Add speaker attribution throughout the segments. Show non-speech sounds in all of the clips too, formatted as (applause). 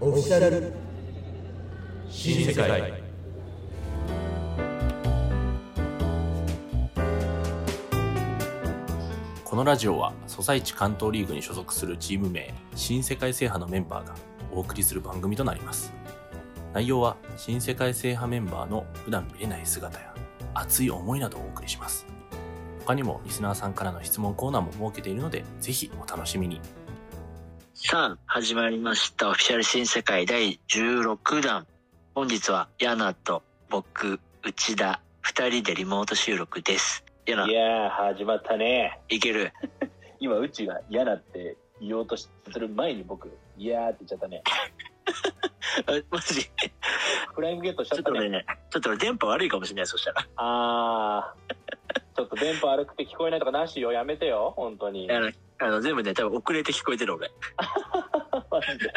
Speaker 1: オフィシャル
Speaker 2: 新世界このラジオはソサイチ関東リーグに所属するチーム名新世界制覇のメンバーがお送りする番組となります内容は新世界制覇メンバーの普段見れない姿や熱い思いなどをお送りします他にもリスナーさんからの質問コーナーも設けているのでぜひお楽しみに
Speaker 3: さあ、始まりました。オフィシャル新世界第16弾。本日は、ヤナと僕、内田、二人でリモート収録です。ヤナ
Speaker 4: (laughs) い、やー始まったね
Speaker 3: いける
Speaker 4: 今うちが嫌だって言おうとする前に僕「いや」って言っちゃったね
Speaker 3: あマ (laughs) ジ
Speaker 4: フライングゲットしちゃ
Speaker 3: ちょ
Speaker 4: っ
Speaker 3: っと
Speaker 4: たね
Speaker 3: 俺ね、ちょっと俺電波悪いかもしれない、そしたら。
Speaker 4: あーちょっと電波悪くて聞こえないとかなしよやめてよ本当に
Speaker 3: あの、あの全部ね、多分遅れて聞こえてる俺。
Speaker 4: マジで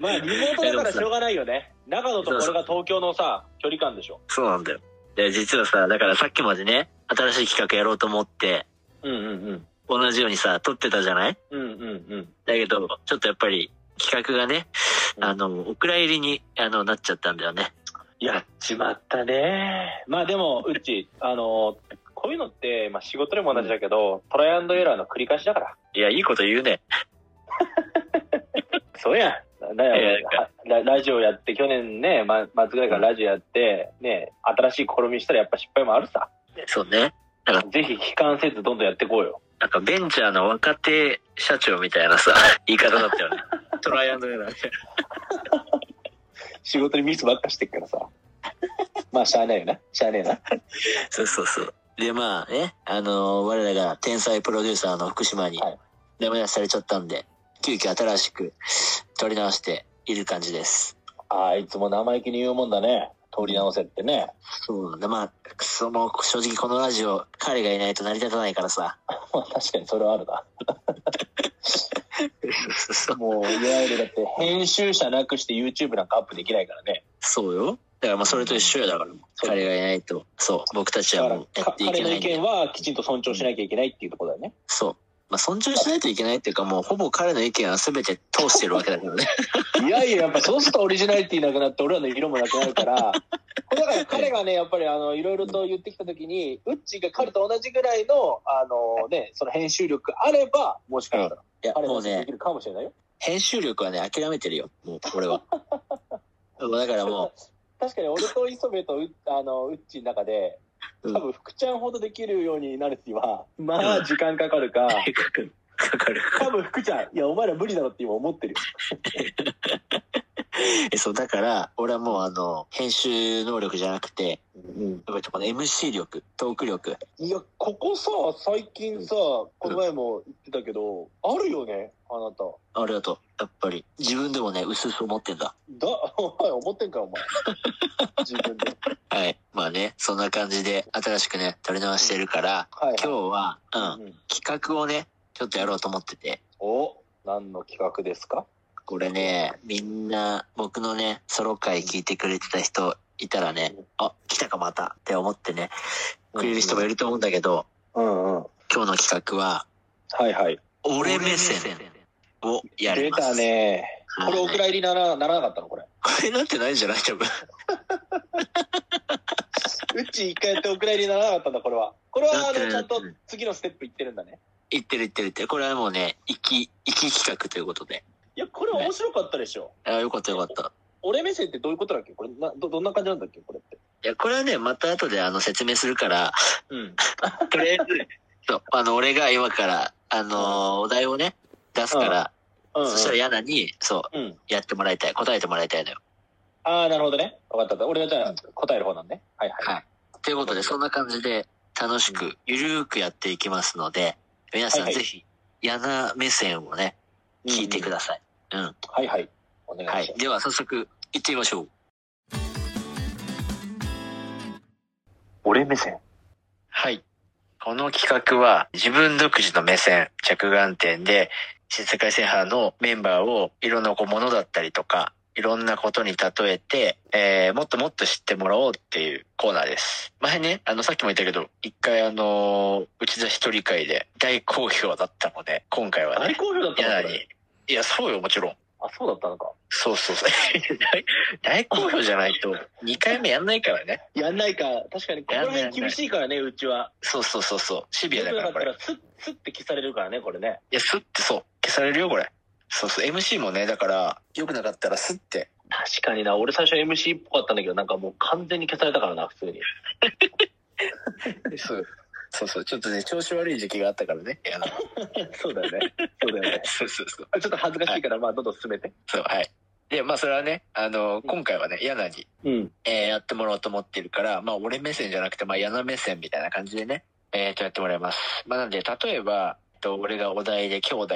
Speaker 4: まあリモートだからしょうがないよね長野とこれが東京のさ距離感でしょ
Speaker 3: そうなんだよ。で、実はさ、だからさっきまでね、新しい企画やろうと思って、
Speaker 4: うんうんうん
Speaker 3: 同じようにさ、撮ってたじゃない
Speaker 4: うんうんうん
Speaker 3: だけど、ちょっとやっぱり企画がね、
Speaker 4: うん
Speaker 3: あの、お蔵入りにあのなっちゃったんだよね。
Speaker 4: やっちまったねまあでもうちあのこういうのって、まあ、仕事でも同じだけど、トライアンドエラーの繰り返しだから
Speaker 3: いや、いいこと言うね。
Speaker 4: そうやん。だよ
Speaker 3: い
Speaker 4: ララジオやって、去年ね、ま、末ぐらいからラジオやって、ね、新しい試みしたらやっぱ失敗もあるさ。
Speaker 3: そうね。
Speaker 4: ぜひ悲観せずどんどんやっていこうよ。
Speaker 3: なんかベンチャーの若手社長みたいなさ、 (laughs) 言い方だったよね。 (laughs) トライアンドエラーで。
Speaker 4: 仕事にミスばっかしてっから (laughs) さ。まあ、しゃあないよな。しゃあねえな。
Speaker 3: そうそうそう。で、まあね、あのー我らが天才プロデューサーの福島に
Speaker 4: はい
Speaker 3: ダメ出しされちゃったんで、急遽新しく撮り直している感じです。
Speaker 4: ああ、いつも生意気に言うもんだね。通り直せってね。
Speaker 3: そうなんだ。まあ、その、正直このラジオ、彼がいないと成り立たないからさ。
Speaker 4: まあ、確かにそれはあるな。
Speaker 3: そう
Speaker 4: もう、いわゆるだって、編集者なくして YouTube なんかアップできないからね。
Speaker 3: そうよ。だからまあ、それと一緒よ。だから、彼がいないと、そう、僕たち
Speaker 4: だか
Speaker 3: はもう
Speaker 4: ら
Speaker 3: や
Speaker 4: か
Speaker 3: っ、てい
Speaker 4: 彼
Speaker 3: け
Speaker 4: の
Speaker 3: ない
Speaker 4: 意
Speaker 3: んで
Speaker 4: 見。はきちんと尊重しなきゃいけないっていうところだよね。
Speaker 3: そう。まあ、尊重しないといけないっていうか、もうほぼ彼の意見は全て通してるわけだ
Speaker 4: (laughs)
Speaker 3: からね。
Speaker 4: いやいや、やっぱそうするとオリジナリティなくなって、俺らの色もなくな
Speaker 3: (laughs)
Speaker 4: るから、これだから彼がね、やっぱりあの、いろいろと言ってきたときに、ウッチーが彼と同じぐらいの、あのね、その編集力あれば、もしかしたら、
Speaker 3: いや、
Speaker 4: 彼
Speaker 3: も
Speaker 4: も
Speaker 3: う
Speaker 4: で
Speaker 3: ね
Speaker 4: き、るかもしれないよ。
Speaker 3: 編集力はね、諦めてるよ。もう、俺は。もうだからも
Speaker 4: (laughs) 確かに俺と磯部とウッあのウッチーの中で、
Speaker 3: う
Speaker 4: 多
Speaker 3: ん
Speaker 4: 分福ちゃんほどできるようになるには、まあ時間かかるか、 (laughs)
Speaker 3: う、かかる。
Speaker 4: 多分福ちゃん、いや、お前ら無理だろって今思ってるよ。
Speaker 3: え、そう、だから、俺はもうあの、編集能力じゃなくて、
Speaker 4: うん、
Speaker 3: やっぱりこの MC 力、トーク力。
Speaker 4: いや、ここさ、最近さ、この前も言ってたけど、あるよね、あなた。
Speaker 3: ありがとう。やっぱり、自分でもね、薄々思ってんだ。
Speaker 4: だ、お前思ってんか、お
Speaker 3: (laughs)
Speaker 4: 前。自分で。
Speaker 3: はい。まあね、そんな感じで、新しくね、撮り直してるから、
Speaker 4: はい。
Speaker 3: 今日は、うん、
Speaker 4: うん
Speaker 3: 企画をね、ちょっとやろうと思ってて。
Speaker 4: お、何の企画ですか
Speaker 3: これね、みんな、僕のね、ソロ回聞いてくれてた人いたらね、あ、来たかまたって思ってね、くれる人もいると思うんだけど、
Speaker 4: うんうん。
Speaker 3: 今日の企画は、
Speaker 4: はいはい。
Speaker 3: 俺目線をやり
Speaker 4: 出
Speaker 3: ます。
Speaker 4: たね。
Speaker 3: はい。
Speaker 4: これお蔵入りならならなかったのこれ。
Speaker 3: これなんてないんじゃない多分。
Speaker 4: うち一回やってお蔵入りならなかったんだ、これは。これは、
Speaker 3: だっ
Speaker 4: あの、
Speaker 3: て
Speaker 4: ちゃんと次のステップいってるんだね。
Speaker 3: 言ってる言ってる言ってる。これはもうね、行き、行き企画ということで。
Speaker 4: いや、これ面白かったでしょ。
Speaker 3: あ、よかったよかった。
Speaker 4: 俺目線ってどういうことだっけこれなど、どんな感じなんだっけこれって。
Speaker 3: いや、これはね、また後であの説明するから、
Speaker 4: うん。
Speaker 3: とりあえず、 (laughs) そう、あの、俺が今から、あのーお題をね、出すから、
Speaker 4: うん、うん。
Speaker 3: そしたらヤナに、そう、
Speaker 4: うん。
Speaker 3: やってもらいたい、答えてもらいたいのよ。
Speaker 4: ああ、なるほどね。わかった。俺がじゃあ答える方なんね。はいはい。
Speaker 3: はい。ということで、そんな感じで、楽しく、ゆるーくやっていきますので、皆さ
Speaker 4: は
Speaker 3: ん
Speaker 4: いは
Speaker 3: ぜ
Speaker 4: い
Speaker 3: ひ、ヤナ目線をね、聞いてく
Speaker 4: だ
Speaker 3: ださい。
Speaker 4: さい。はいはい。お願いし
Speaker 3: は
Speaker 4: ます
Speaker 3: い。。では、早速、行ってみましょう。
Speaker 4: 俺目線。
Speaker 3: はい。この企画は自分独自の目線、着眼点で、新世界制覇のメンバーをいろんなこうものだったりとか、いろんなことに例えて、えー、もっともっと知ってもらおうっていうコーナーです。前ね、あの、さっきも言ったけど、一回あのー内田一人会で大好評だったので、今回は
Speaker 4: 大
Speaker 3: ね、
Speaker 4: 好評だった
Speaker 3: や
Speaker 4: の
Speaker 3: な
Speaker 4: これ
Speaker 3: に。いや、そうよ、もちろん。
Speaker 4: あ、そうだったのか。
Speaker 3: そうそう (laughs) そう。大大好評じゃないと、2回目やんないからね。
Speaker 4: やんないか。確かに、ここら辺厳しいからね、うちは。
Speaker 3: そうそうそうそう。シビア
Speaker 4: 全
Speaker 3: だ
Speaker 4: 部
Speaker 3: か、
Speaker 4: なからっ
Speaker 3: こ
Speaker 4: た
Speaker 3: れ。い
Speaker 4: ら、スッ、スッて消されるからね、これね。
Speaker 3: や、スッてそう。消されるよ、これ。そうそう。MC もね、だから、良くなかったらスッて。
Speaker 4: 確かにな、俺最初 MC っぽかったんだけど、なんかもう完全に消されたからな、普通に。
Speaker 3: そう。そうそう。ちょっとね、調子悪い時期があったからね。あの
Speaker 4: (laughs) そうだよね。そうだよね。
Speaker 3: (laughs) そうそうそう。
Speaker 4: ちょっと恥ずかしいから、まあ、どんどん進めて。
Speaker 3: そう、はい。で、まあ、それはね、あの、今回はね、ヤナに、
Speaker 4: うん。
Speaker 3: えーやってもらおうと思ってるから、まあ、俺目線じゃなくて、まあ、矢野目線みたいな感じでね、えーと、やってもらいます。まあ、なんで、例えば、えっと、俺がお題で兄弟っ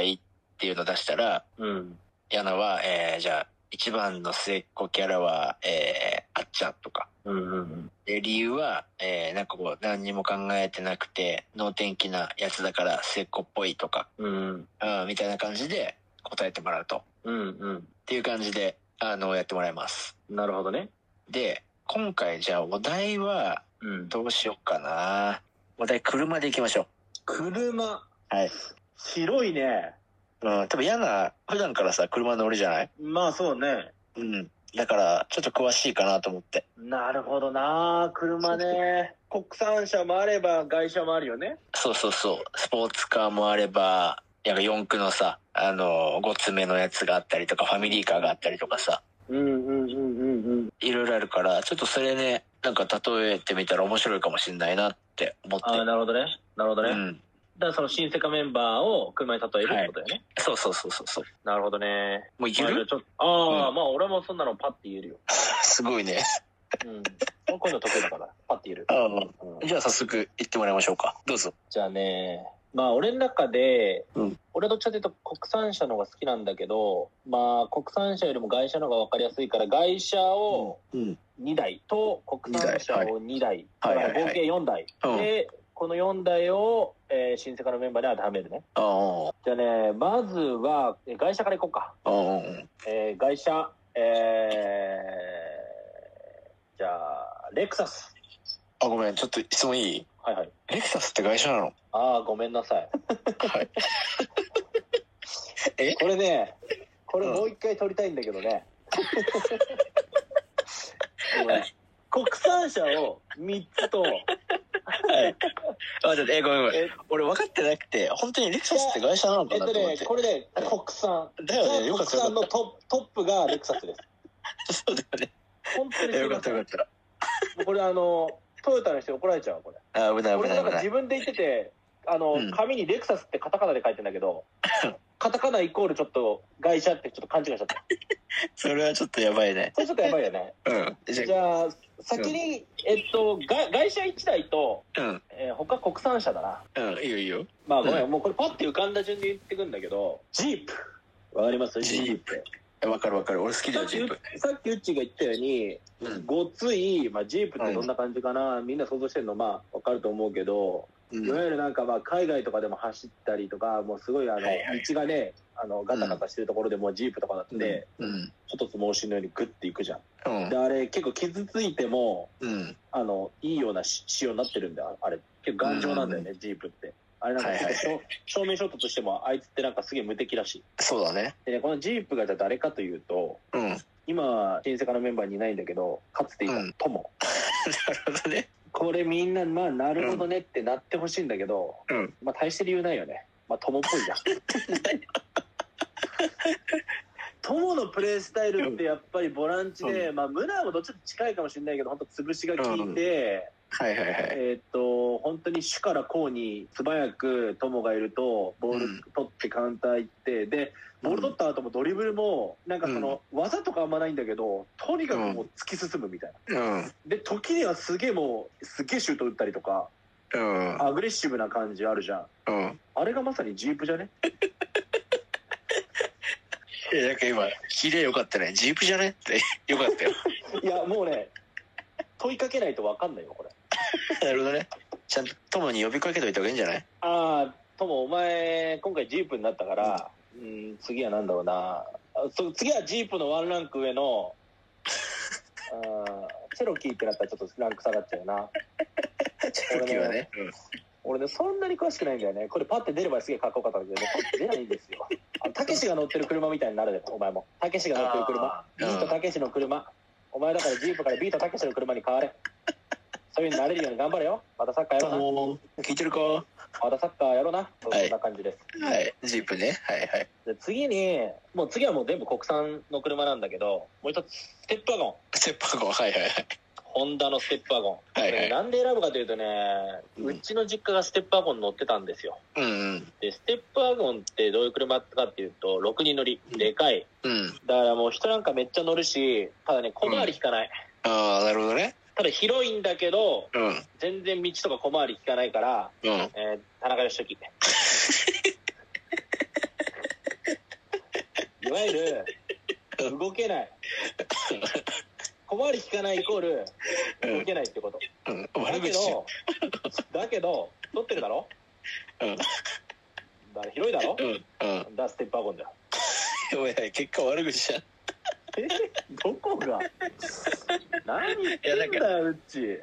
Speaker 3: ていうの出したら、
Speaker 4: うん。
Speaker 3: 矢野は、えーじゃあ、一番の末っ子キャラは、えーあっちゃんとか。
Speaker 4: うんうん
Speaker 3: で、理由は、えーなんかこう、何にも考えてなくて、能天気なやつだから末っ子っぽいとか、
Speaker 4: うん。うん。
Speaker 3: うん、みたいな感じで答えてもらうと。っ
Speaker 4: うん
Speaker 3: ていう感じで、あの、やってもらいます。
Speaker 4: うん。なるほどね。
Speaker 3: で、今回じゃあお題は、
Speaker 4: うん。
Speaker 3: どうしようかな。お題、車で行きましょ
Speaker 4: 車。
Speaker 3: はい。
Speaker 4: 広いね。
Speaker 3: う。うん、多分嫌な、普段からさ、車乗るじゃない
Speaker 4: まあそうね。
Speaker 3: うん。だから、ちょっと詳しいかなと思って。
Speaker 4: なるほどな車ね。国産車もあれば、外車もあるよね。
Speaker 3: そうそうそう。スポーツカーもあれば、なんか四駆のさ、あの、5つ目のやつがあったりとか、ファミリーカーがあったりとかさ、
Speaker 4: うんうんうんうんうん。
Speaker 3: いろいろあるから、ちょっとそれね、なんか例えてみたら面白いかもしんないなって思って。
Speaker 4: ああ、なるほどね。なるほどね。
Speaker 3: う
Speaker 4: だか
Speaker 3: ん。
Speaker 4: らその新世界メンバーを車に例えるってことだよね。
Speaker 3: そうそうそうそうそう。
Speaker 4: なるほどね。
Speaker 3: もういけ
Speaker 4: まあじゃ
Speaker 3: る
Speaker 4: あ、ちょっとああ、
Speaker 3: うん
Speaker 4: まあ俺もそんなのパッて言えるよ。
Speaker 3: すごいね。
Speaker 4: うん。こういうの得意だから、パッて言える。
Speaker 3: う
Speaker 4: うん
Speaker 3: ん。じゃあ早速行ってもらいましょうか。どうぞ。
Speaker 4: じゃあね、まあ俺の中で、
Speaker 3: うん
Speaker 4: 俺はどっちかというと国産車の方が好きなんだけど、まあ国産車よりも外車の方が分かりやすいから、外車を
Speaker 3: うん。
Speaker 4: 2台と国産車を2台、
Speaker 3: はいはい
Speaker 4: だから合計4台。
Speaker 3: うん
Speaker 4: で、この4台を、えー、新世界のメンバーに当てはめるね。
Speaker 3: ああ。
Speaker 4: じゃあね、まずは、えー外車からいこうか。
Speaker 3: うんうんうん。
Speaker 4: えー、外車、えー、じゃあ、レクサス。
Speaker 3: あ、ごめん、ちょっと質問いい
Speaker 4: はいはい。
Speaker 3: レクサスって外車なの
Speaker 4: ああ、ごめんなさい。
Speaker 3: はい。え
Speaker 4: これね、これ
Speaker 3: うん
Speaker 4: もう一回撮りたいんだけ
Speaker 3: (laughs)
Speaker 4: どね。ごめ
Speaker 3: は
Speaker 4: ん国産車を3つと、
Speaker 3: あ、ちょっと、え、ごめんごめん。
Speaker 4: え
Speaker 3: 俺分かってなくて、本当にレクサスって外車なの
Speaker 4: え
Speaker 3: かな
Speaker 4: っと
Speaker 3: と思っ
Speaker 4: ね
Speaker 3: て、。
Speaker 4: これね、国産。
Speaker 3: だよね、よかっ
Speaker 4: 国
Speaker 3: たよか
Speaker 4: 産
Speaker 3: っ
Speaker 4: のトップトップがレクサスです。
Speaker 3: た。そうだよ
Speaker 4: 本当に
Speaker 3: ね。
Speaker 4: す
Speaker 3: (laughs) よ
Speaker 4: い
Speaker 3: か
Speaker 4: ま
Speaker 3: った
Speaker 4: せ
Speaker 3: よ
Speaker 4: ん。
Speaker 3: かっ
Speaker 4: これあの、トヨタの人に怒られちゃう、これ。
Speaker 3: た。あ、危ない危
Speaker 4: 俺
Speaker 3: な
Speaker 4: ないん
Speaker 3: 危
Speaker 4: か
Speaker 3: な
Speaker 4: 自
Speaker 3: い。
Speaker 4: 分で言っててあの、
Speaker 3: うん
Speaker 4: 紙にレクサスってカタカナで書いてんだけどカタカナイコールちょっと外車ってちょっと勘違いしちゃった
Speaker 3: それはちょっとやばいね。
Speaker 4: それちょっとやばいよね
Speaker 3: うん。 (laughs) じ
Speaker 4: じ
Speaker 3: ゃ
Speaker 4: ゃあ先に、えっとが外車1台と、
Speaker 3: あ、うん。
Speaker 4: えー他国産車だな
Speaker 3: うん、いいよいいよ。
Speaker 4: まあごめん、
Speaker 3: う
Speaker 4: もうこれパッて浮かんだ順で言ってくんだけどジープわかります
Speaker 3: ジー
Speaker 4: プ
Speaker 3: えわかるわかる。俺好きだ
Speaker 4: さ
Speaker 3: よ、ジ
Speaker 4: っき
Speaker 3: ープ。
Speaker 4: さっきうっちーが言ったように
Speaker 3: うん。
Speaker 4: ごつい、まあ、ジープってどんな感じかな、みんな想像してるのまあわかると思うけど、
Speaker 3: うん
Speaker 4: いわゆるなんかまあ海外とかでも走ったりとか、もうすごいあの
Speaker 3: はいはい
Speaker 4: 道がね、あのガタガタしてるところでもうジープとかだって、ち
Speaker 3: うん。
Speaker 4: ょっと猛進のようにグッていくじゃん。
Speaker 3: うん
Speaker 4: で、。あれ結構傷ついても、
Speaker 3: うん。
Speaker 4: あの、いいようなし仕様になってるんだよ。あれ、結構頑丈なんだよね、ジープって。あれなんか結構しょ、正面衝突してもあいつってなんかすげえ無敵らしい。
Speaker 3: そうだね。
Speaker 4: でね、このジープがじゃあ誰かというと、
Speaker 3: うん。なる
Speaker 4: 今、新世界のメンバーにいないんだけど、かつていた
Speaker 3: うん
Speaker 4: 友。
Speaker 3: ほどね。
Speaker 4: これみんな、まあ、なるほどねってなってほしいんだけど、
Speaker 3: うん
Speaker 4: まあ、大して理由ないよね。まあ、友っぽい (laughs) じゃん。友のプレースタイルってやっぱりボランチで、まあ、ムナーもどっちかと近いかもしれないけど、本当潰しが効いて、
Speaker 3: はいはいはい。
Speaker 4: えーっと、本当に主から攻に素早く友がいると、ボール取ってカウンター行って、で、ボール取った後もドリブルも、なんかその、技とかあんまないんだけど、とにかくもう突き進むみたいな。
Speaker 3: うん。
Speaker 4: で、時にはすげえもう、すげえシュート打ったりとか、
Speaker 3: うん。
Speaker 4: アグレッシブな感じあるじゃん。
Speaker 3: うん。
Speaker 4: あれがまさにジープ
Speaker 3: (laughs)
Speaker 4: じゃね
Speaker 3: いや、なんか今、ヒレよかったね。ジープじゃねって。よかったよ。
Speaker 4: いや、もうね、問いかけないと分かんないよ、これ。
Speaker 3: (laughs) なるほどね。ちゃんと友に呼びかけといた方がいいんじゃない
Speaker 4: ああ、とも、お前、今回ジープになったから、うん、次はなんだろうな。あそ次はジープのワンランク上の、あーチェロキーってなったらちょっとランク下がっちゃうな。
Speaker 3: チャロキーはね。
Speaker 4: 俺ね、そんなに詳しくないんだよね。これパッて出ればすげえかっこよかったんだけど、パッて出ないんですよ。あのたけしが乗ってる車みたいになるで、お前も。たけしが乗ってる車。
Speaker 3: あ
Speaker 4: ビート
Speaker 3: ー
Speaker 4: たけしの車。お前だからジープからビートたけしの車に変われ。そういうになれるように頑張れよ。またサッカーや
Speaker 3: うん
Speaker 4: ろう
Speaker 3: おー聞いてるかは
Speaker 4: な。またサッカーやろうな。そん
Speaker 3: はい
Speaker 4: な感じです。
Speaker 3: いジープねはいはい
Speaker 4: で次に、もう次はもう全部国産の車なんだけど、もう一つ、ステップワゴン。
Speaker 3: ステップワゴンはいはいはい
Speaker 4: ホンダのステップワゴ
Speaker 3: は
Speaker 4: ン。
Speaker 3: いはい
Speaker 4: これねなんで選ぶかというとね、
Speaker 3: うん
Speaker 4: うちの実家がステップワゴン乗ってたんですよ。
Speaker 3: うん
Speaker 4: で、ステップワゴンってどういう車かっていうと、6人乗り、でかい。
Speaker 3: うんうん
Speaker 4: だからもう人なんかめっちゃ乗るし、ただね、小回り引かない。
Speaker 3: ああなるほどね
Speaker 4: ただ広いんだけど、
Speaker 3: うん
Speaker 4: 全然道とか小回り引かないから、
Speaker 3: うん
Speaker 4: えー、田中義時。いわゆる、動けない。小回り引かないイコール、
Speaker 3: うん
Speaker 4: 動けないってこと。
Speaker 3: うん
Speaker 4: だ
Speaker 3: 悪
Speaker 4: け
Speaker 3: 口じゃん
Speaker 4: ど、だけど、撮ってるだろ
Speaker 3: うん
Speaker 4: だから広いだろ
Speaker 3: うんうん
Speaker 4: だからステップワゴンだよ。 (laughs)
Speaker 3: おいおい結果悪口じゃん
Speaker 4: えどこが何言ってんだよ、うち。
Speaker 3: い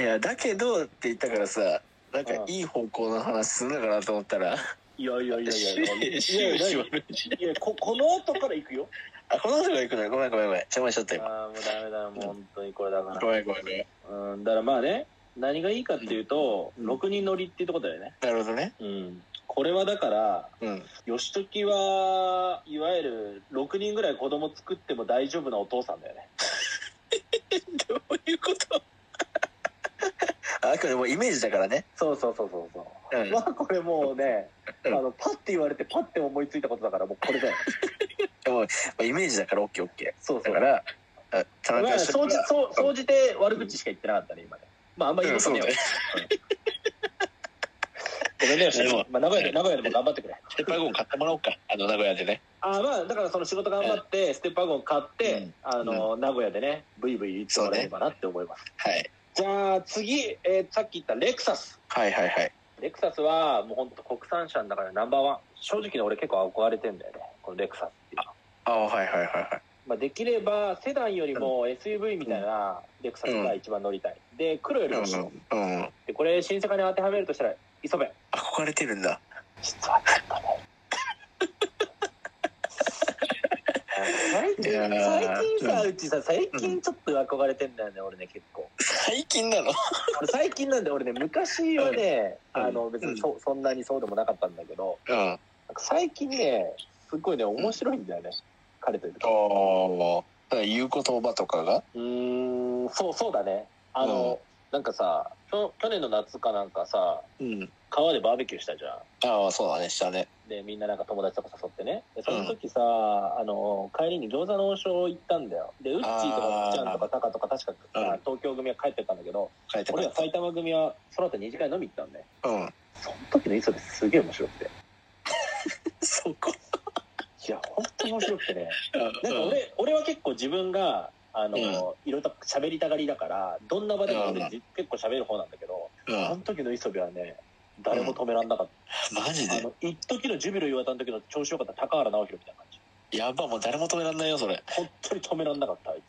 Speaker 3: やだけどって言ったからさなんか
Speaker 4: うん
Speaker 3: いい方向の話すんだかなと思ったら
Speaker 4: いやいや
Speaker 3: (laughs)
Speaker 4: いやいやいやい
Speaker 3: 終
Speaker 4: やいやい
Speaker 3: 始
Speaker 4: や
Speaker 3: 悪口
Speaker 4: いやここの後から行くよ。
Speaker 3: あこの人が行くのごめんごめんごめん邪魔しちゃった今
Speaker 4: ああ、もうダメだ、もう本当にこれだから
Speaker 3: ご。めんごめんごめん
Speaker 4: うん、だからまあね、何がいいかっていうと、6人乗りっていうところだよね。
Speaker 3: なるほどね
Speaker 4: うん。これはだから、
Speaker 3: うん
Speaker 4: 義時は、いわゆる6人ぐらい子供作っても大丈夫なお父さんだよね。
Speaker 3: どういうこと (laughs) あくまでもイメージだからね
Speaker 4: そうそうそうそうそう。
Speaker 3: うん
Speaker 4: (laughs) まあこれもうね、あ
Speaker 3: うん
Speaker 4: のパッて言われてパッて思いついたことだからもうこれだよ。
Speaker 3: まあイメージだからオッケーオッケ
Speaker 4: そう
Speaker 3: ー
Speaker 4: そ
Speaker 3: だか
Speaker 4: う。
Speaker 3: らあ田
Speaker 4: まあ
Speaker 3: 中
Speaker 4: 掃除
Speaker 3: が
Speaker 4: そう掃除で悪口しか言ってなかったね今ね。まああんま言うことねえ
Speaker 3: (laughs)
Speaker 4: わ
Speaker 3: うん
Speaker 4: ごめんね吉
Speaker 3: で
Speaker 4: 野
Speaker 3: も
Speaker 4: まあ名古屋で名古屋でも頑張ってくれ。
Speaker 3: ステップワゴン買ってもらおうかあの名古屋でね
Speaker 4: ああまあだからその仕事頑張ってステップワゴン買って、
Speaker 3: うん
Speaker 4: あの名古屋でねブイブイ言ってもらえればなって思います。
Speaker 3: はい
Speaker 4: じゃあ次、えーさっき言ったレクサス。
Speaker 3: はいはいはい
Speaker 4: レクサスはもう本当国産車の中でナンバーワン。正直ね俺結構憧れてんだよねこのレクサスっていうのは。
Speaker 3: あはいはいはいはい
Speaker 4: まあ、できればセダンよりも SUV みたいなレクサスが一番乗りたい、で黒よりも白、
Speaker 3: うんうん
Speaker 4: でこれ新坂に当てはめるとしたら磯部
Speaker 3: 憧れてるんだ
Speaker 4: 実はちょっとね最
Speaker 3: いや
Speaker 4: 近
Speaker 3: ー
Speaker 4: 最近さ
Speaker 3: う
Speaker 4: うちさ最近ちょっと憧れてんだよね、俺ね結構
Speaker 3: 最近なの
Speaker 4: 俺最近なんで俺ね昔はね、
Speaker 3: うん
Speaker 4: あの別にそ,、そんなにそうでもなかったんだけど
Speaker 3: うん
Speaker 4: なんか最近ねすごいね面白いんだよね、彼といると
Speaker 3: おー言う言葉とかが
Speaker 4: うーんそうそうだねあの、なんかさ去去年の夏かなんかさ
Speaker 3: うん
Speaker 4: 川でバーベキューしたじゃ
Speaker 3: ああそうだねしたね
Speaker 4: んでみんななんか友達とか誘ってねでその時さ、あの帰りに餃子の王将行ったんだよでウッチーとか
Speaker 3: あー
Speaker 4: ちゃんとかタカとか確か、
Speaker 3: うん
Speaker 4: 東京組は帰ってたんだけど
Speaker 3: 書いて
Speaker 4: 俺
Speaker 3: る
Speaker 4: ら埼玉組はその後2次会飲み行ったんで
Speaker 3: うん
Speaker 4: その時の磯ですすげえ面白くて
Speaker 3: そこ
Speaker 4: いや本当面白く
Speaker 3: (laughs)
Speaker 4: てね
Speaker 3: なんか
Speaker 4: なんか俺,、俺は結構自分があの、
Speaker 3: うん
Speaker 4: いろいろと喋りたがりだからどんな場でも
Speaker 3: うん
Speaker 4: 俺じ結構喋る方なんだけど、
Speaker 3: うん
Speaker 4: あの時の磯部はね、誰も止めらんなかっ
Speaker 3: マジ
Speaker 4: た。あ
Speaker 3: で
Speaker 4: の、一時のジュビロ岩田の時の調子よかった高原直弘みたいな感じ。
Speaker 3: やばもう誰も止めらんないよそれ
Speaker 4: 本当に止めらんなかった、あい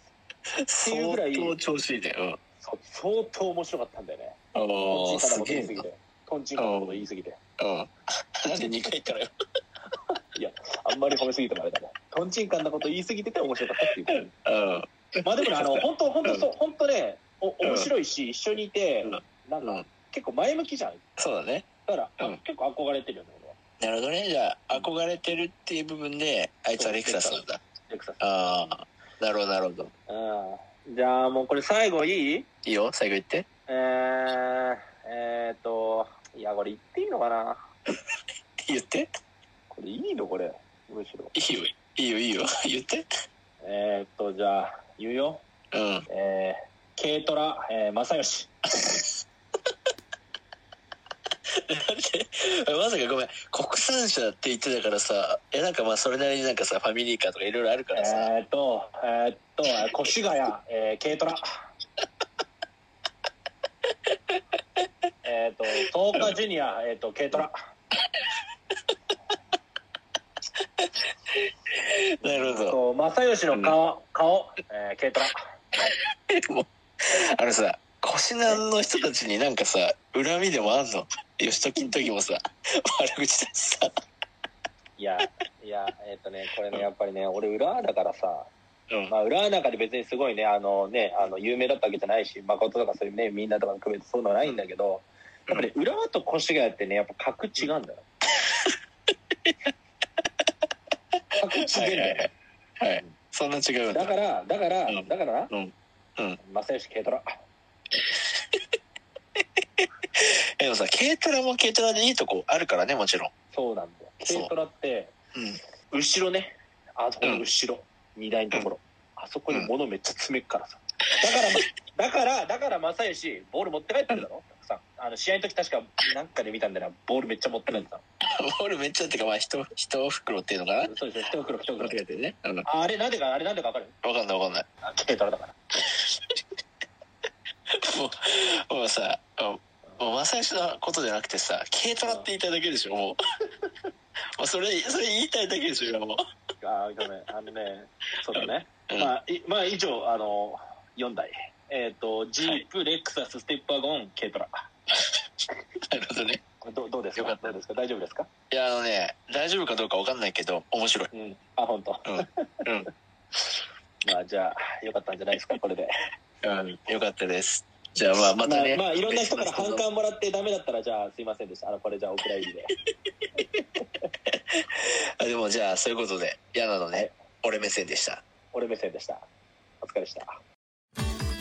Speaker 4: ていう
Speaker 3: 相
Speaker 4: ぐらい
Speaker 3: 当調子いいねうん
Speaker 4: つ。そう相当面白かったんだよね。
Speaker 3: お
Speaker 4: ト
Speaker 3: ー
Speaker 4: ンチンカンな
Speaker 3: すげえなう
Speaker 4: こと言い過ぎ
Speaker 3: ん
Speaker 4: て。トンチンカンなこと言い過ぎて。
Speaker 3: なんで2回言ったのよ
Speaker 4: あんまり褒めすぎてもあれだね。トンチンカンなこと言い過ぎてて面白かったっていう。
Speaker 3: うん
Speaker 4: まあでもね、あの、本当本当そう、本当ね、お
Speaker 3: うん
Speaker 4: 面白いし、一緒にいて、なん
Speaker 3: う
Speaker 4: か
Speaker 3: ん、
Speaker 4: 結構前向きじゃん。
Speaker 3: そうだね
Speaker 4: だから、あ
Speaker 3: うん
Speaker 4: 結構憧れてるよね、俺は。
Speaker 3: なるほどねじゃあ憧れてるっていう部分であいつはレクサスなんだ
Speaker 4: レクサス。
Speaker 3: ああなるほどなるほど
Speaker 4: うん。じゃあもうこれ最後いい
Speaker 3: いいよ最後言って
Speaker 4: えー、えーっと、いや、これ言っていいのかな
Speaker 3: 言って
Speaker 4: これいいのこれ。むしろ。
Speaker 3: いいよいいよいいよ言って
Speaker 4: えーっと、じゃあ、言うよ。
Speaker 3: うん
Speaker 4: えー、軽トラ、えー、正義。
Speaker 3: まさかごめん国産車って言ってたからさえなんかまあそれなりになんかさファミリーカーとかいろいろあるからさ
Speaker 4: えーっと、えーっと、越谷、えー、軽トラ。えーっと、東日ジュニア、えーっと、軽トラ。
Speaker 3: なるほど
Speaker 4: と、正義の顔、顔、えー、軽トラ。
Speaker 3: でもあのさ腰南の人たちになんかさ恨みでもあんの義時の時もさ悪口だしさ
Speaker 4: いや、いや、えっ、とね、これね、やっぱりね、俺、裏だからさ、
Speaker 3: うん
Speaker 4: まあ、裏中で別にすごいね、あのね、あの、有名だったわけじゃないし、誠とかそういうね、みんなとかの区別そういうのはないんだけど、やっぱり、ね、裏と越谷ってね、やっぱ格違うんだよ。格違うん
Speaker 3: はいは
Speaker 4: だ
Speaker 3: い
Speaker 4: よ。
Speaker 3: はい、はい、そんな違うんだ
Speaker 4: だから、だから、
Speaker 3: うん
Speaker 4: だからな、
Speaker 3: うんうん
Speaker 4: 正義軽トラ。
Speaker 3: でもさ軽トラも軽トラでいいとこあるからねもちろん
Speaker 4: そうなんだよ。
Speaker 3: そう
Speaker 4: 軽トラって、
Speaker 3: (laughs) うん
Speaker 4: 後ろね、あそこの後ろ、荷台のところ、あそこに物めっちゃ詰めっからさ。 (laughs) だから、だから、だから正義、ボール持って帰ってるだろたくさん。あの、試合の時確か、なんかで見たんだよな、ボールめっちゃ持って帰ってた。
Speaker 3: ボールめっちゃってかまあ一一袋っていうのかな
Speaker 4: そうですね、一袋一袋。
Speaker 3: えてね、うん、わ
Speaker 4: あれなんでか、あれなんでかわかる
Speaker 3: かんないわかんない
Speaker 4: あ軽トラだから。
Speaker 3: もうもうさもうもう正義のことじゃなくてさ軽トラって言いたいだけでしょ
Speaker 4: (laughs)
Speaker 3: もうもうそれそれ言いたいだけでしょ今もう
Speaker 4: あー、ごめん、あのね、そうだね。
Speaker 3: うん
Speaker 4: まあ、いまあ、以上、あの、4台。えっ、と、ジープ、レクサス、ステップワゴン、軽トラ。
Speaker 3: なるほどね
Speaker 4: どうどうですか
Speaker 3: よかった
Speaker 4: どうですか大丈夫ですか
Speaker 3: いやあのね大丈夫かどうかわかんないけど面白い
Speaker 4: うん。あ、本当。
Speaker 3: うんうん
Speaker 4: (laughs) まあ、じゃあ、よかったんじゃないですか、これで。
Speaker 3: うん、よかったです。じゃあまあまたね。
Speaker 4: まあ、まあいろんな人から
Speaker 3: 別の
Speaker 4: 反
Speaker 3: 人の
Speaker 4: 感もらってダメだったら、じゃあ、すいませんでした。あの、これじゃあ、お蔵入りで。
Speaker 3: あでもじゃあそういうことで嫌なのね、
Speaker 4: はい
Speaker 3: 俺目線でした。
Speaker 4: 俺目線でした。お疲れでした。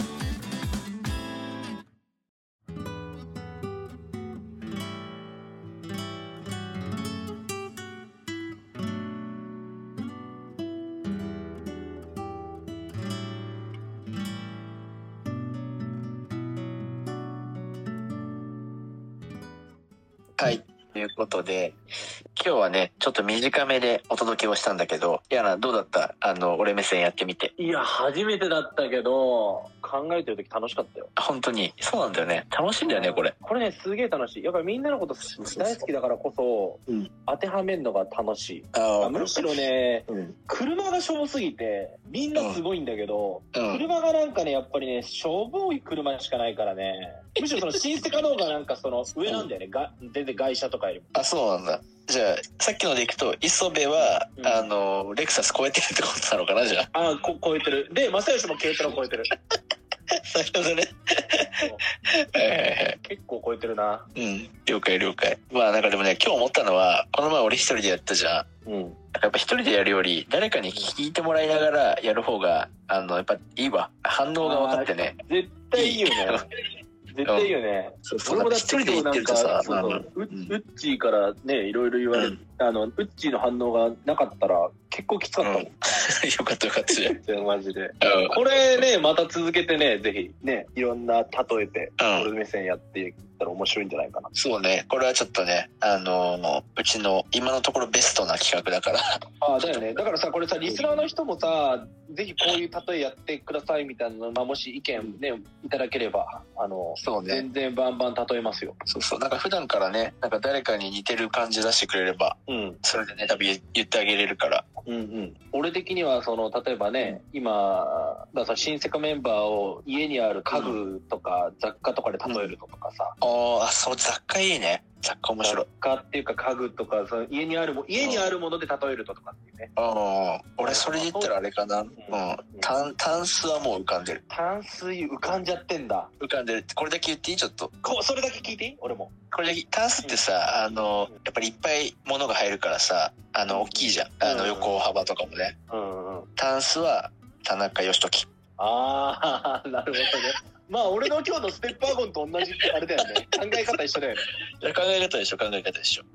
Speaker 3: はい。ということで今日はねちょっと短めでお届けをしたんだけどやなどうだったあの俺目線やってみて
Speaker 4: いや、初めてだったけど、考えてる時楽しかったよ。
Speaker 3: あ本当にそうなんだよね楽しいんだよねこれ。
Speaker 4: これね、すげえ楽しい。やっぱりみんなのこと
Speaker 3: そうそう
Speaker 4: 大好きだからこそ、
Speaker 3: うん
Speaker 4: 当てはめるのが楽しい。
Speaker 3: あ
Speaker 4: むしろね、
Speaker 3: うん、
Speaker 4: 車がしょぼすぎて、みんなすごいんだけど、
Speaker 3: うん、
Speaker 4: 車がなんかね、やっぱりね、しょぼい車しかないからね。むしろその新世界の方がなんかその上なんだよね。が全然外車とかよりも。
Speaker 3: あそうなんだじゃあさっきのでいくと磯部は、
Speaker 4: うん
Speaker 3: あのレクサス超えてるってことなのかなじゃあ (laughs)
Speaker 4: ああ、こ超えてる。で、正義も軽トラ超えてる。
Speaker 3: なるほどねはいはいはい
Speaker 4: 結構超えてるな。
Speaker 3: うん、了解了解。まあなんかでもね、今日思ったのは、この前俺一人でやったじゃん。
Speaker 4: うん。
Speaker 3: やっぱ一人でやるより、誰かに聞いてもらいながらやる方が、あの、やっぱいいわ。反応が分かってね。
Speaker 4: 絶対いいよね。絶対いいよね。
Speaker 3: そう
Speaker 4: 俺もだっ
Speaker 3: 一
Speaker 4: て
Speaker 3: 人で
Speaker 4: 今
Speaker 3: 行
Speaker 4: 日
Speaker 3: って
Speaker 4: な
Speaker 3: る
Speaker 4: ん
Speaker 3: とさ
Speaker 4: か、、
Speaker 3: ま
Speaker 4: そ
Speaker 3: あ
Speaker 4: う
Speaker 3: まあ
Speaker 4: そうウ
Speaker 3: うん
Speaker 4: ッウッチーからね、いろいろ言われて、あの、ウッチーの反応がなかったら結構きつかったもん。
Speaker 3: (laughs) よかったよかったじゃん。
Speaker 4: 全然マジで。
Speaker 3: うん
Speaker 4: これね、また続けてね、ぜひ、ね、いろんな例えて、
Speaker 3: うん
Speaker 4: 俺目線やっていったら面白いんじゃないかな。
Speaker 3: そうね、これはちょっとね、あのうちの今のところベストな企画だから。 (laughs)
Speaker 4: ああ、だよね。だからさ、これさ、リスナーの人もさ、ぜひこういう例えやってくださいみたいなの、まあ、もし意見ね、いただければ、あの、
Speaker 3: そうね。
Speaker 4: 全然バンバン例えますよ。
Speaker 3: そうそう。なんか普段からね、なんか誰かに似てる感じ出してくれれば、
Speaker 4: うん。
Speaker 3: それでね、多分言ってあげれるから。
Speaker 4: うんうん。俺的には、その、例えばね、今、だからさ、新セカメンバーを家にある家具とか雑貨とかで例えるのとかさ、
Speaker 3: あーあ、そう、雑貨いいね。雑貨面白い
Speaker 4: 雑。貨っていうか家具とか、その家にあるも、家にあるもので例えるととかっていうね。
Speaker 3: ああ、俺それで言ったらあれかな。うん
Speaker 4: ん。
Speaker 3: タン、タンスはもう浮かんでる。
Speaker 4: 淡水浮かんじゃってんだ。
Speaker 3: 浮かんでるって、これだけ言っていいちょっと。
Speaker 4: こう、それだけ聞いていい俺も。
Speaker 3: これだけ、タンスってさ、あの、やっぱりいっぱい物が入るからさ、あの、大きいじゃん。あ
Speaker 4: う
Speaker 3: の、
Speaker 4: ん
Speaker 3: 横幅とかもね。
Speaker 4: うんうん。
Speaker 3: タンスは、田中義時。
Speaker 4: ああ、 (laughs) なるほどね。まあ、俺の今日のステップワゴンと同じ、あれだよね。考え方一緒だよね。
Speaker 3: 考え方でしょ、考え方でしょ。
Speaker 4: 考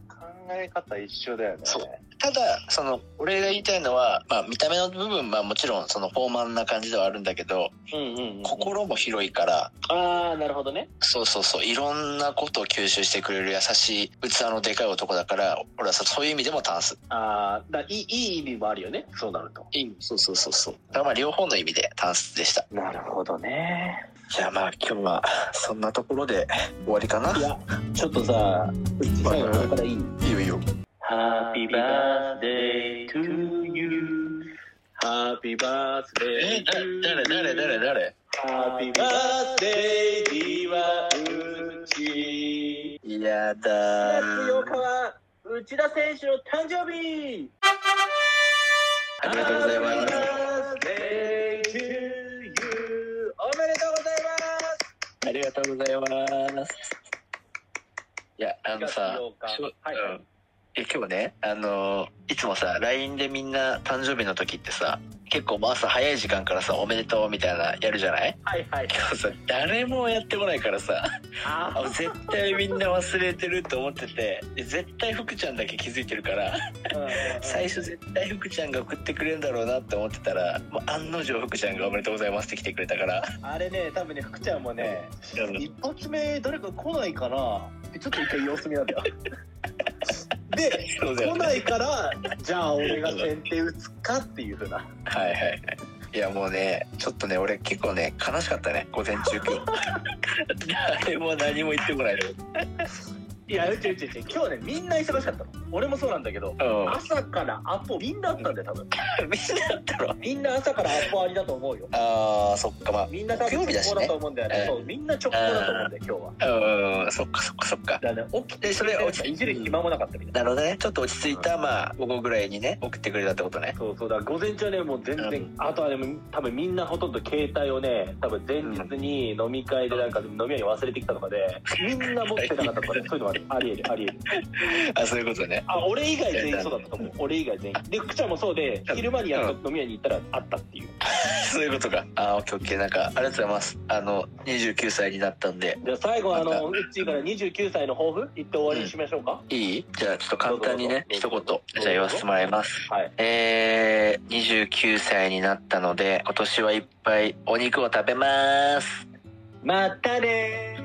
Speaker 4: え方一緒だよね。
Speaker 3: そうただ、その、俺が言いたいのは、まあ、見た目の部分、まあ、もちろん、その、豊満な感じではあるんだけど、
Speaker 4: うんうん、うん。
Speaker 3: 心も広いから、
Speaker 4: ああ、なるほどね。
Speaker 3: そうそうそういろんなことを吸収してくれる優しい器のでかい男だから俺はさそういう意味でもタンス
Speaker 4: ああ、だいい、いい意味もあるよね。そうなると。
Speaker 3: いいそうそうそうそうだからまあ両方の意味でタンスでした
Speaker 4: なるほどね。
Speaker 3: じゃあまあ今日はそんなところで終わりかない
Speaker 4: や、ちょっとさ、最後これからいい。
Speaker 3: いいよいいよ
Speaker 4: Happy birthday to you. Happy birthday
Speaker 3: え
Speaker 4: to you.
Speaker 3: 誰誰誰誰
Speaker 4: Happy birthday, dear Uchi.
Speaker 3: いやだー。
Speaker 4: は内田選手の誕生日
Speaker 3: ありがとうございます。
Speaker 4: おめでとうございます
Speaker 3: ありがとうございます。いや、あのさ、しょ
Speaker 4: はい
Speaker 3: うんえ今日ね、あの、いつもさ、LINE でみんな誕生日の時ってさ、結構もう朝早い時間からさ、おめでとうみたいなやるじゃない
Speaker 4: はいはい
Speaker 3: 今日さ、誰もやってこないからさ、
Speaker 4: あ
Speaker 3: あ絶対みんな忘れてると思ってて、で絶対福ちゃんだけ気づいてるから、最初絶対福ちゃんが送ってくれるんだろうなって思ってたら、もう案の定福ちゃんがおめでとうございますって来てくれたから、
Speaker 4: あれね多分ね福ちゃんもね
Speaker 3: あの
Speaker 4: 一発目誰か来ないかなちょっと一回様子見なん (laughs) だよで
Speaker 3: そうだよ
Speaker 4: 来
Speaker 3: ね。
Speaker 4: ないからじゃあ俺が先手打つかっていうふうな
Speaker 3: はいはいはい。いやもうね、ちょっとね、俺結構ね、悲しかったね、午前中今日。誰も何も言ってこないの。
Speaker 4: いやうちうちうち今日ねみんな忙しかったの俺もそうなんだけど
Speaker 3: うん。
Speaker 4: 朝からアポみんなあったんだよ多分
Speaker 3: みんなだったろ。
Speaker 4: みんな朝からアポありだと思うよ
Speaker 3: あー、そっかまあ。
Speaker 4: みんな多分
Speaker 3: 木曜日だ
Speaker 4: 直
Speaker 3: し
Speaker 4: 行
Speaker 3: ね
Speaker 4: だと思うんだよね
Speaker 3: ええ
Speaker 4: そうみんな直行だと思うんだよ今日は
Speaker 3: うん、そっかそっかそっか。
Speaker 4: だからね起きて
Speaker 3: でそれ
Speaker 4: なんかいじる暇もなかったみたい
Speaker 3: な
Speaker 4: な
Speaker 3: るほどね。ちょっと落ち着いた、まあ、午後ぐらいにね、送ってくれたってことね。
Speaker 4: そうそうだから午前中はねもう全然、
Speaker 3: うん
Speaker 4: あとはでも多分みんなほとんど携帯をね多分前日に飲み会でなんか飲み屋に忘れてきたとかでみんな持ってなかったとかねそういうのもありありえるありえる
Speaker 3: あ、そういうことね。
Speaker 4: あ俺以外全員そうだったと思う俺以外全員で福ちゃんもそうで昼間にやっと飲み屋に行ったらあったっていう
Speaker 3: そういうことか。あー、オッケーオッケー。なんか、ありがとうございます。あの、29歳になったんで、
Speaker 4: じゃあ最後はあ
Speaker 3: また
Speaker 4: のうっちーから29歳の抱負言って終わりにしましょうか、
Speaker 3: いいじゃあ、ちょっと簡単にね、
Speaker 4: どう
Speaker 3: 一
Speaker 4: ぞどう
Speaker 3: 言、
Speaker 4: ぞ
Speaker 3: じゃあ言わせてもらいます。
Speaker 4: はい
Speaker 3: えー、29歳になったので、今年はいっぱいお肉を食べます。
Speaker 4: またねー